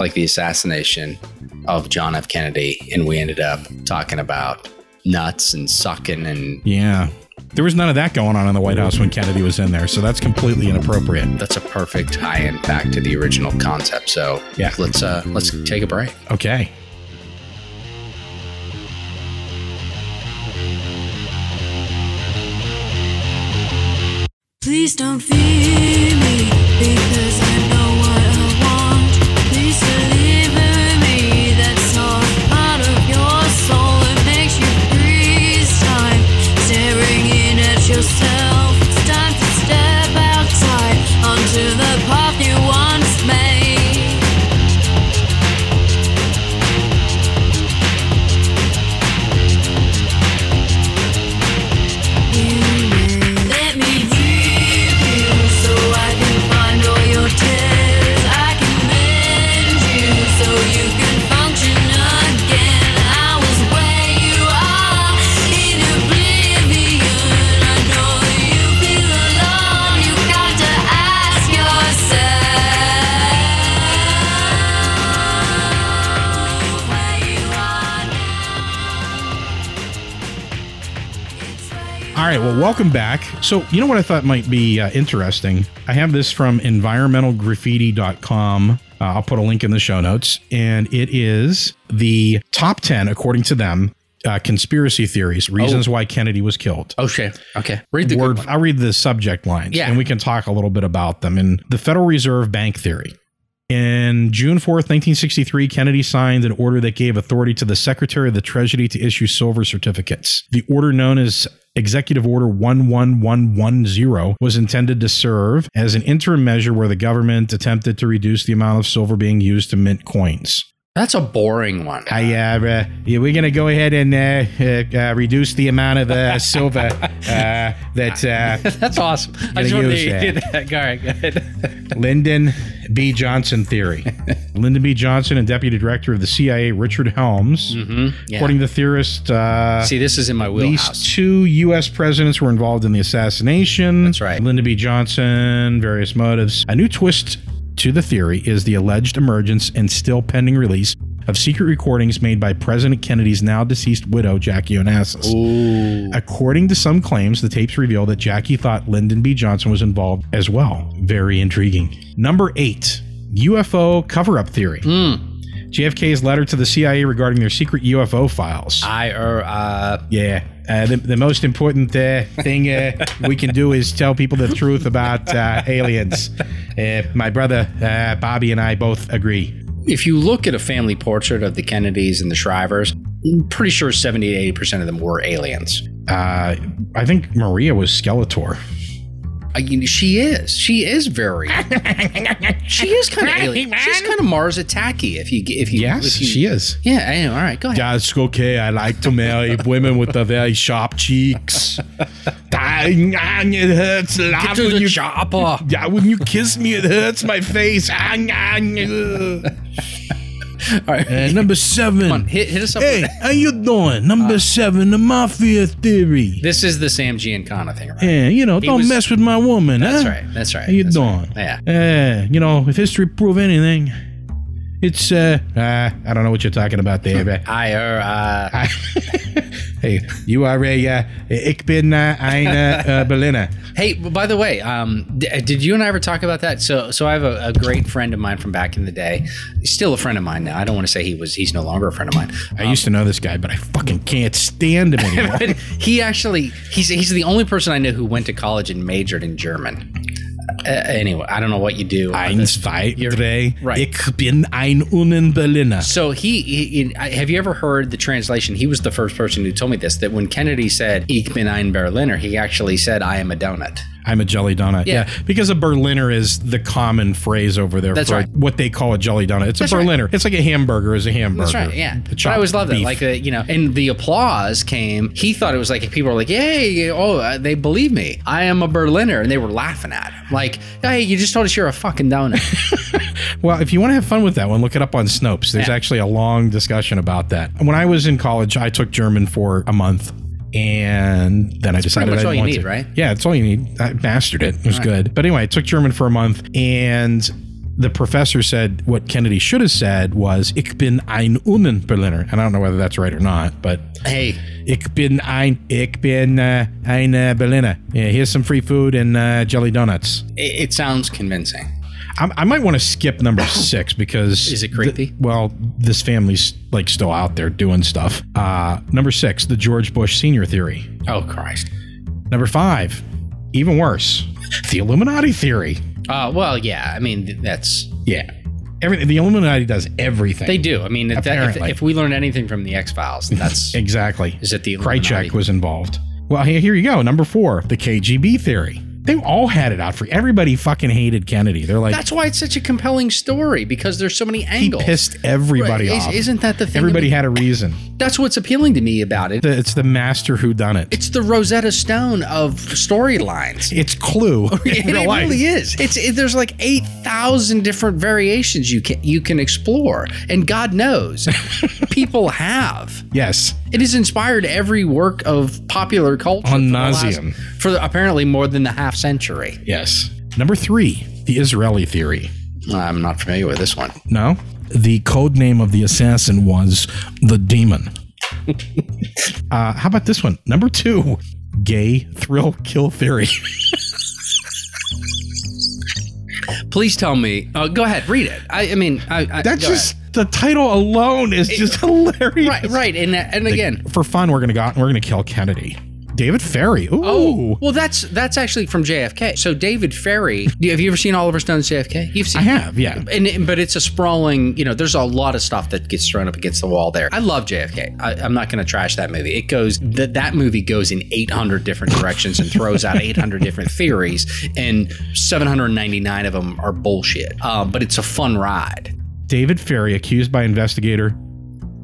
S2: like the assassination of John F. Kennedy, and we ended up talking about nuts and sucking and
S1: Yeah. There was none of that going on in the White House when Kennedy was in there, so that's completely inappropriate.
S2: that's a perfect tie-in back to the original concept. So
S1: Yeah.
S2: let's uh, let's take a break.
S1: Okay.
S4: Please don't feed me because I know what I want. Please deliver me. That's all part of your soul that makes you freeze time. Staring in at yourself. It's time to step outside onto the path you once made. Let me leave you so I can find all your tears. I can mend you so you can function again. I was where you are in oblivion. I know you feel alone. You got to ask yourself where you are now. It's where you
S1: All right, well, welcome back. So, you know what I thought might be uh, interesting? I have this from environmentalgraffiti.com. Uh, I'll put a link in the show notes. And it is the top 10, according to them, uh, conspiracy theories, reasons why Kennedy was killed.
S2: Okay, okay. Read the good
S1: Oh, Word,
S2: one.
S1: I'll read the subject lines
S2: Yeah.
S1: and we can talk a little bit about them. And the Federal Reserve Bank Theory. In June 4th, 1963, Kennedy signed an order that gave authority to the Secretary of the Treasury to issue silver certificates. The order, known as Executive Order 11110, was intended to serve as an interim measure where the government attempted to reduce the amount of silver being used to mint coins.
S2: That's a boring one.
S1: I, uh, uh, yeah, we're going to go ahead and uh, uh, uh, reduce the amount of uh, silver uh, that uh,
S2: That's awesome. I just
S1: Gonna
S2: wanted
S1: use
S2: to hear
S1: that.
S2: that. All right, go ahead.
S1: Lyndon B. Johnson theory. Lyndon B. Johnson and Deputy Director of the CIA Richard Helms,
S2: Yeah.
S1: according to theorist, uh, at
S2: See, this is in my
S1: least
S2: wheelhouse.
S1: two U.S. presidents were involved in the assassination.
S2: That's right.
S1: Lyndon B. Johnson, various motives. A new twist to the theory is the alleged emergence and still pending release of secret recordings made by President Kennedy's now deceased widow, Jackie Onassis. According to some claims, the tapes reveal that Jackie thought Lyndon B. Johnson was involved as well. Very intriguing. Number eight, UFO cover up theory.
S2: Hmm.
S1: JFK's letter to the CIA regarding their secret UFO files.
S2: I er, uh,
S1: yeah. Uh, the, the most important uh, thing uh, we can do is tell people the truth about uh, aliens. Uh, my brother uh, Bobby and I both agree.
S2: if you look at a family portrait of the Kennedys and the Shrivers, I'm pretty sure 70 to 80 percent of them were aliens.
S1: Uh, I think Maria was Skeletor.
S2: I, mean, she is. She is very. she is kind of alien. She's kind of Mars attacky. If you if you
S1: Yes,
S2: if you,
S1: she is.
S2: Yeah, I know. All right, go ahead.
S1: That's okay. I like to marry women with the very sharp cheeks. it hurts. Ah,
S2: to
S1: when
S2: the
S1: you-
S2: chopper.
S1: Yeah, when you kiss me, it hurts my face. Ah, ah, ah.
S2: All right.
S1: Uh, number seven.
S2: Come on, hit, hit us up.
S1: Hey, Uh,
S2: With
S1: how you doing? Number seven, the mafia theory.
S2: this is the Sam Giancana thing, right?
S1: Yeah, you know, don't
S2: was-
S1: mess with my woman.
S2: That's
S1: huh?
S2: right. That's right.
S1: How you
S2: that's
S1: doing?
S2: right.
S1: Yeah. you know, if history prove anything, it's uh, uh I don't know what you're talking about there, but
S2: Yeah. I er, uh,
S1: I, hey, you are a uh, ich bin uh, ein uh, uh, Berliner.
S2: Hey, by the way, um, d- did you and I ever talk about that? So, so I have a, a great friend of mine from back in the day. He's still a friend of mine now. I don't want to say he was. He's no longer a friend of mine.
S1: I used to know this guy, but I fucking can't stand him anymore.
S2: But he actually, he's he's the only person I know who went to college and majored in German. Uh, anyway, I don't know what you do.
S1: Ein, zwei,
S2: You're-
S1: drei.
S2: right.
S1: Ich bin ein Unen Berliner.
S2: So he, he, in- I- have you ever heard the translation? He was the first person who told me this. That when Kennedy said "Ich bin ein Berliner," he actually said "I am a donut."
S1: I'm a jelly donut.
S2: Yeah.
S1: Yeah. because a Berliner is the common phrase over there
S2: That's
S1: for
S2: right.
S1: what they call a jelly donut. It's
S2: That's
S1: a
S2: right.
S1: Berliner. It's like a hamburger is a hamburger.
S2: That's right. Yeah.
S1: The
S2: But I always
S1: chopped
S2: love that.
S1: beef.
S2: Like, uh, you know, and the applause came. He thought it was like people were like, "Yay! Oh, uh, they believe me. I am a Berliner," and they were laughing at him. Like, "Hey, you just told us you're a fucking donut."
S1: Well, if you want to have fun with that one, look it up on Snopes. There's
S2: Yeah.
S1: actually a long discussion about that. When I was in college, I took German for a month. And then I decided
S2: pretty much
S1: I
S2: all you
S1: didn't want
S2: need,
S1: to.
S2: right?
S1: Yeah, it's all you need. I mastered it. It was good. But anyway, I took German for a month, and the professor said what Kennedy should have said was "Ich bin ein Unen Berliner," and I don't know whether that's right or not, but
S2: hey,
S1: Ich bin ein, ich bin uh, ein uh, Berliner. Yeah, here's some free food and uh, jelly donuts.
S2: it, it sounds convincing.
S1: I, I might want to skip number six because
S2: Is it creepy?
S1: th- well, this family's like still out there doing stuff. Uh, number six, the George Bush senior theory.
S2: Oh Christ.
S1: Number five, even worse, the Illuminati theory.
S2: Uh, well, yeah. I mean, th- that's
S1: Yeah, everything. The Illuminati does everything.
S2: they do. I mean, if, that, if,
S1: Apparently.
S2: if we learn anything from the X Files, that's
S1: exactly.
S2: is it the Illuminati?
S1: Krychek was involved. Well, here, here you go. Number four, the KGB theory. They all had it out for everybody. Fucking hated Kennedy. They're like
S2: That's why it's such a compelling story because there's so many angles.
S1: pissed everybody
S2: Right, is-
S1: off.
S2: Isn't that the thing?
S1: everybody had a reason.
S2: That's what's appealing to me about it.
S1: The- It's the master who done it.
S2: It's the Rosetta Stone of storylines.
S1: It's Clue.
S2: It,
S1: in real life.
S2: really is. It's it, there's like eight thousand different variations you can you can explore, and God knows, people have.
S1: Yes.
S2: It has inspired every work of popular culture
S1: On
S2: for the last-
S1: nauseam.
S2: for apparently more than the half century.
S1: Yes. Number three, the Israeli theory.
S2: I'm not familiar with this one.
S1: No? The code name of the assassin was the demon. uh, how about this one? Number two, gay thrill kill theory.
S2: Please tell me. Uh, go ahead, read it. I, I mean, I, I,
S1: That's
S2: go
S1: just the title alone is just hilarious.
S2: ahead. right, right, and uh, and again.
S1: For fun, we're gonna go out and we're gonna kill Kennedy. David Ferry. Ooh.
S2: Oh, well, that's that's actually from JFK. So David Ferry, do you- have you ever seen Oliver Stone's JFK? You've seen,
S1: I have, yeah.
S2: and, and- but it's a sprawling. You know, there's a lot of stuff that gets thrown up against the wall there. I love JFK. I, I'm not going to trash that movie. It goes that that movie goes in 800 different directions and throws out 800 different theories, and 799 of them are bullshit. Um, but it's a fun ride.
S1: David Ferry accused by investigator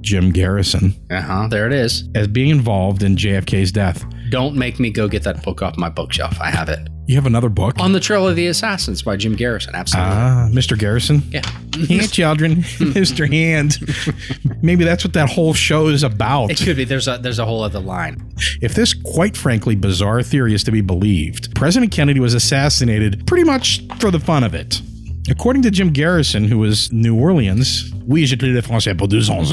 S1: Jim Garrison
S2: Uh huh. There it is.
S1: as being involved in JFK's death.
S2: Don't make me go get that book off my bookshelf. I have it
S1: You have another book?
S2: on the Trail of the Assassins by Jim Garrison. Absolutely.
S1: Ah, Mr. Garrison.
S2: yeah.
S1: Hand children, Mr. Hand. Maybe that's what that whole show is about.
S2: It could be. There's a there's a whole other line.
S1: If this, quite frankly, bizarre theory is to be believed, President Kennedy was assassinated pretty much for the fun of it. According to Jim Garrison, who was New Orleans, oui, j'étais le français pour deux ans,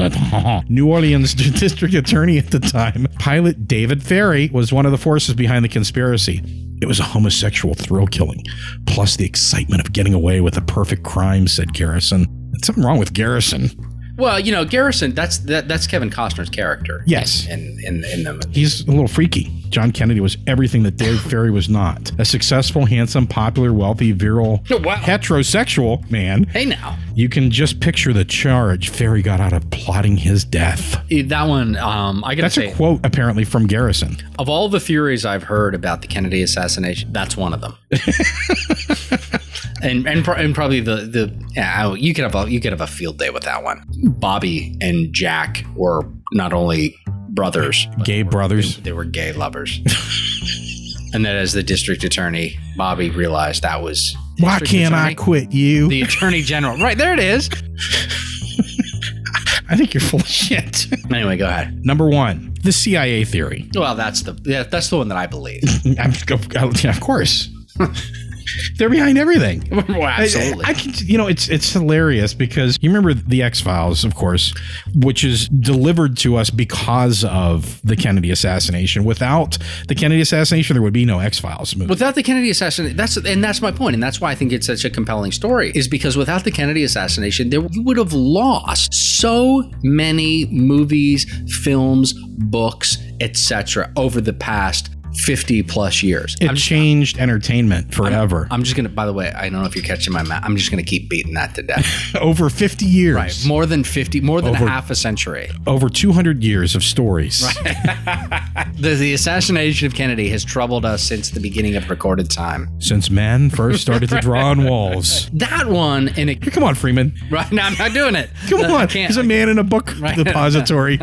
S1: New Orleans district attorney at the time, pilot David Ferry was one of the forces behind the conspiracy. It was a homosexual thrill killing, plus the excitement of getting away with a perfect crime, said Garrison. There's something wrong with Garrison.
S2: Well, you know, Garrison. That's that, that's Kevin Costner's character.
S1: Yes.
S2: In in in the movie.
S1: He's a little freaky. John Kennedy was everything that Dave Ferry was not. A successful, handsome, popular, wealthy, virile,
S2: Wow.
S1: heterosexual man.
S2: Hey now,
S1: You can just picture the charge Ferry got out of plotting his death.
S2: Eh, that one. Um, I gotta
S1: That's
S2: say,
S1: a quote, apparently, from Garrison.
S2: of all the theories I've heard about the Kennedy assassination, that's one of them. and and, pro- and probably the the yeah, I- you could have a you could have a field day with that one. Bobby and Jack were not only brothers, but
S1: Gay brothers.
S2: they were gay lovers. And then, as the district attorney, Bobby realized that was
S5: Why
S2: district
S5: can't I
S2: attorney?
S5: quit you?
S2: the attorney general. Right there it is.
S1: I think you're full of shit.
S2: Anyway, go ahead.
S1: Number one, the CIA theory.
S2: Well, that's the yeah, that's the one that I believe.
S1: I'm, yeah, of course. They're behind everything.
S2: Well,
S1: I- I, I can, you know, it's it's hilarious because you remember the X Files, of course, which is delivered to us because of the Kennedy assassination. Without the Kennedy assassination, there would be no X Files movie.
S2: Without the Kennedy assassination, that's and that's my point, and that's why I think it's such a compelling story. Is because without the Kennedy assassination, there you would have lost so many movies, films, books, etc. over the past fifty plus years.
S1: it
S2: I'm just,
S1: changed entertainment forever.
S2: I'm just gonna. By the way, I don't know if you're catching my map. I'm just gonna keep beating that to death.
S1: over 50 years,
S2: More than fifty, more than
S1: Over-
S2: half a century.
S1: over 200 years of stories.
S2: The, the assassination of Kennedy has troubled us since the beginning of recorded time.
S1: Since man first started to draw on walls.
S2: That one, and it.
S1: Come on, Freeman.
S2: Right now, I'm not doing it.
S1: Come
S2: I
S1: on.
S2: can't-
S1: He's a man in a book depository.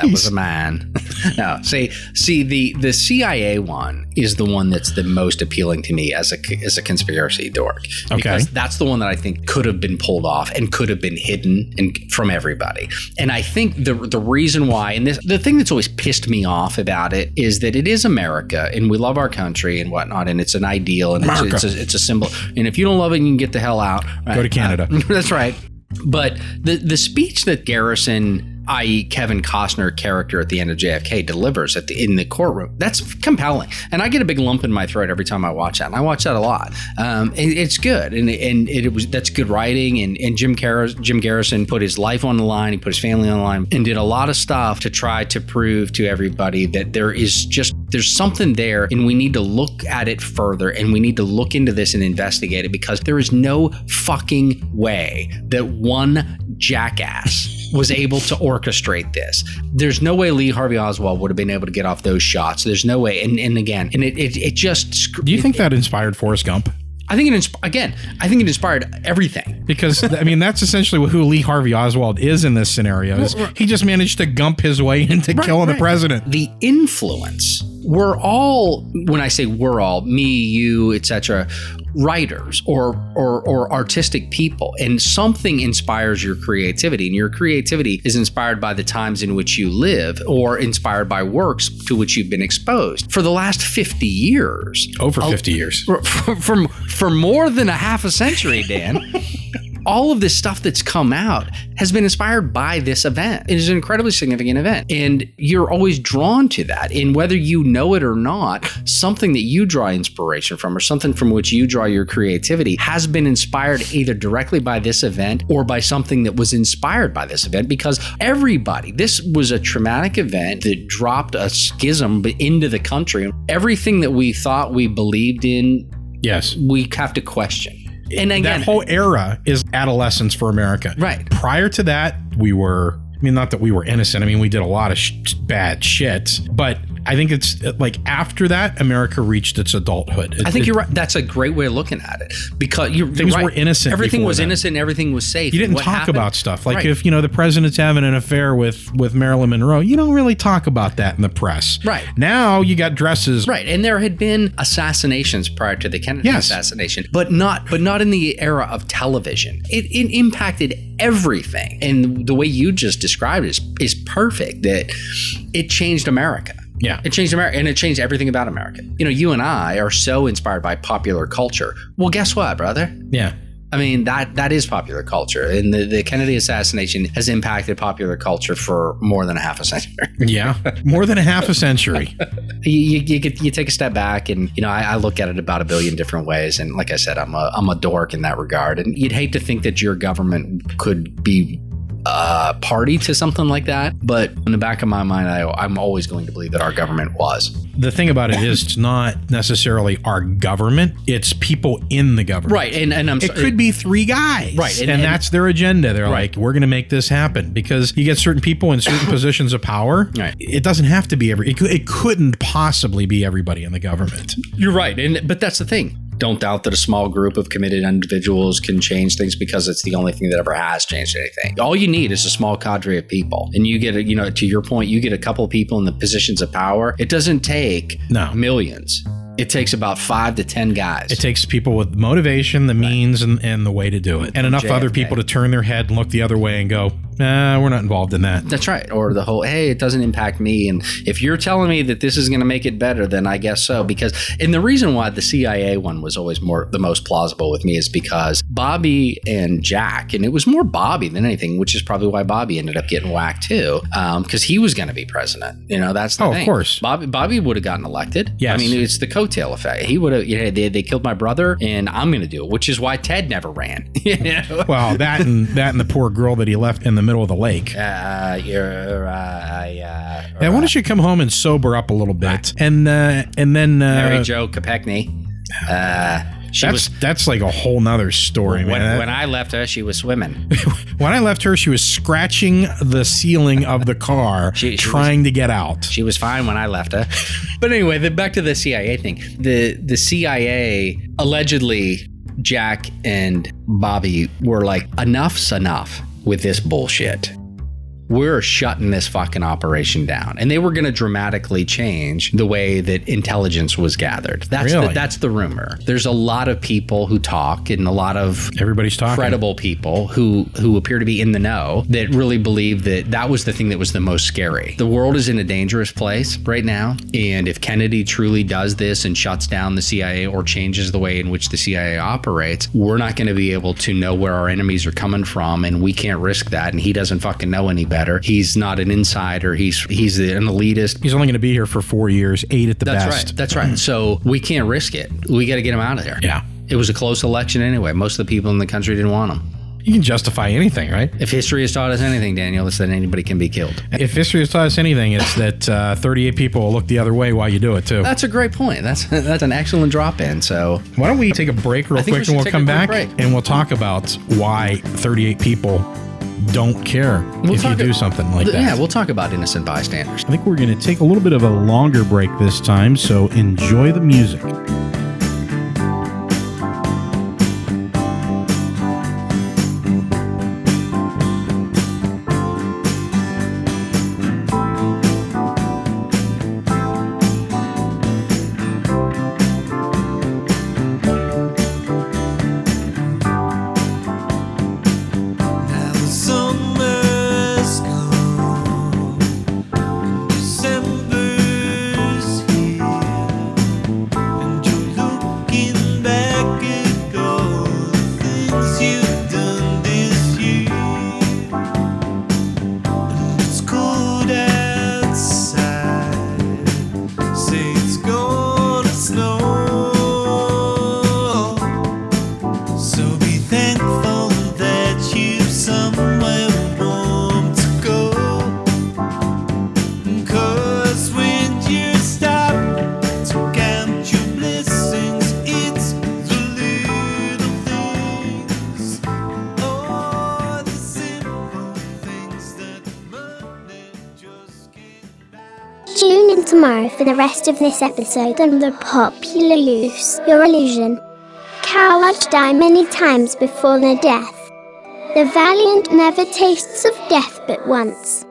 S2: That was a man. no, see, see the the CIA one is the one that's the most appealing to me as a as a conspiracy dork. Because that's the one that I think could have been pulled off and could have been hidden and from everybody. And I think the the reason why and this the thing that's always pissed me off about it is that it is America and we love our country and whatnot and it's an ideal and it's, it's, a, it's a symbol. And if you don't love it, you can get the hell out. Right?
S1: Go to Canada.
S2: That's right. But the the speech that Garrison, i.e., Kevin Costner character at the end of JFK delivers at the in the courtroom, that's compelling, and I get a big lump in my throat every time I watch that, and I watch that a lot. Um, and it's good, and and it was that's good writing, and and Jim Car- Jim Garrison put his life on the line, he put his family on the line, and did a lot of stuff to try to prove to everybody that there is just there's something there and we need to look at it further and we need to look into this and investigate it because there is no fucking way that one jackass was able to orchestrate this. There's no way Lee Harvey Oswald would have been able to get off those shots. There's no way. And, and again, and it, it, it just, sc-
S1: Do you think that inspired Forrest Gump?
S2: I think it, insp- again, I think it inspired everything.
S1: Because I mean, that's essentially who Lee Harvey Oswald is in this scenario. is He just managed to gump his way into killing the president.
S2: the influence we're all when i say we're all me you etc writers or, or or artistic people and something inspires your creativity and your creativity is inspired by the times in which you live or inspired by works to which you've been exposed for the last 50 years
S1: Over 50 years.
S2: for, for, for more than a half a century, Dan. All of this stuff that's come out has been inspired by this event. It is an incredibly significant event. And you're always drawn to that. And whether you know it or not, something that you draw inspiration from or something from which you draw your creativity has been inspired either directly by this event or by something that was inspired by this event because everybody, this was a traumatic event that dropped a schism into the country. Everything that we thought we believed in
S1: Yes.
S2: we have to question. And again,
S1: that whole era is adolescence for America.
S2: Right.
S1: Prior to that, we were, I mean, not that we were innocent. I mean, we did a lot of sh- bad shit, but I think it's uh, like after that, America reached its adulthood.
S2: I think you're right. That's a great way of looking at it because you're,
S1: Things
S2: you're right.
S1: were innocent
S2: Everything
S1: before
S2: was
S1: then.
S2: innocent. Everything was safe.
S1: You didn't
S2: And what
S1: talk
S2: happened-
S1: about stuff like
S2: Right.
S1: if you know the president's having an affair with with Marilyn Monroe. You don't really talk about that in the press.
S2: Right.
S1: now, you got dresses.
S2: Right, and there had been assassinations prior to the Kennedy
S1: Yes.
S2: assassination, but not but not in the era of television. It, it impacted everything, and the way you just described it is is perfect. That it changed America.
S1: Yeah.
S2: It changed America, and it changed everything about America. You know, you and I are so inspired by popular culture. Well, guess what, brother?
S1: Yeah.
S2: I mean that that is popular culture, and the, the Kennedy assassination has impacted popular culture for more than a half a century.
S1: Yeah. More than a half a century.
S2: you, you, you, get, you take a step back, and you know I, I look at it about a billion different ways, and like I said, I'm a I'm a dork in that regard, and you'd hate to think that your government could be uh, party to something like that, but in the back of my mind, I, I'm always going to believe that our government was.
S1: the thing about it is, it's not necessarily our government; it's people in the government.
S2: Right, and, and I'm
S1: It could be three guys.
S2: Right,
S1: And,
S2: and- and-
S1: that's their agenda. They're
S2: Right.
S1: like, we're going to make this happen because you get certain people in certain positions of power.
S2: Right.
S1: It doesn't have to be every, it, cou- it couldn't possibly be everybody in the government.
S2: You're right, and but that's the thing. don't doubt that a small group of committed individuals can change things because it's the only thing that ever has changed anything. All you need is a small cadre of people. And you get, a, you know, to your point, you get a couple people in the positions of power. It doesn't take
S1: No.
S2: millions. It takes about five to 10 guys.
S1: It takes people with motivation, the means, and, and the way to do it, and enough other
S2: JFK.
S1: people to turn their head and look the other way and go, "Nah, we're not involved in that."
S2: That's right. Or the whole, hey, it doesn't impact me. And if you're telling me that this is going to make it better, then I guess so. Because, and the reason why the CIA one was always more, the most plausible with me is because Bobby and Jack, and it was more Bobby than anything, which is probably why Bobby ended up getting whacked too. Um, cause he was going to be president. You know, that's the
S1: Oh, of
S2: thing.
S1: course.
S2: Bobby, Bobby would have gotten elected.
S1: Yes.
S2: I mean, it's the coattail effect. He would have, you know, they, they killed my brother and I'm going to do it, which is why Ted never ran. you know?
S1: Well, that and that and the poor girl that he left in the middle of the lake.
S2: Uh, you're, uh, I, uh,
S1: Now, why don't you come home and sober up a little bit, and uh, and then uh,
S2: Mary Jo Kopechne. Uh, she
S1: that's
S2: was
S1: that's like a whole nother story,
S2: when,
S1: man. That-
S2: when I left her, she was swimming.
S1: When I left her, she was scratching the ceiling of the car,
S2: She- she
S1: trying to get out.
S2: She was fine when I left her. But anyway, the, back to the CIA thing. The the CIA allegedly Jack and Bobby were like, enough's enough with this bullshit. We're shutting this fucking operation down, and they were going to dramatically change the way that intelligence was gathered. That's
S1: Really?
S2: the, that's the rumor. There's a lot of people who talk, and a lot of
S1: Everybody's talking.
S2: credible people who who appear to be in the know that really believe that that was the thing that was the most scary. The world is in a dangerous place right now, and if Kennedy truly does this and shuts down the CIA or changes the way in which the CIA operates, we're not going to be able to know where our enemies are coming from, and we can't risk that. And he doesn't fucking know any better. He's not an insider. He's he's an elitist.
S1: He's only going to be here for four years, eight at the
S2: That's
S1: best.
S2: right. That's right. So we can't risk it. We got to get him out of there.
S1: Yeah.
S2: It was a close election anyway. Most of the people in the country didn't want him.
S1: You can justify anything, right?
S2: If history has taught us anything, Daniel, it's that anybody can be killed.
S1: If history has taught us anything, it's that uh, 38 people will look the other way while you do it, too.
S2: That's a great point. That's that's an excellent drop in. So
S1: Why don't we take a break real
S2: I think we
S1: quick
S2: should
S1: and we'll
S2: take a
S1: come
S2: quick
S1: back
S2: break.
S1: and we'll talk about why 38 people don't care if you
S2: talk-
S1: do something like
S2: th-
S1: that.
S2: yeah, we'll talk about innocent bystanders.
S1: I think we're going to take a little bit of a longer break this time, so enjoy the music.
S6: Now the summer's gone, December's here, and you're looking back at all the things you've done this year. And it's cold outside, say it's gonna snow. So be thankful that you've somewhere warm to go. 'Cause when you stop to count your blessings, it's the little things, all the simple things that money just can't buy.
S3: Tune in tomorrow for the rest of this episode on the popular use Your Illusion. Cowards die many times before their death. The valiant never tastes of death but once.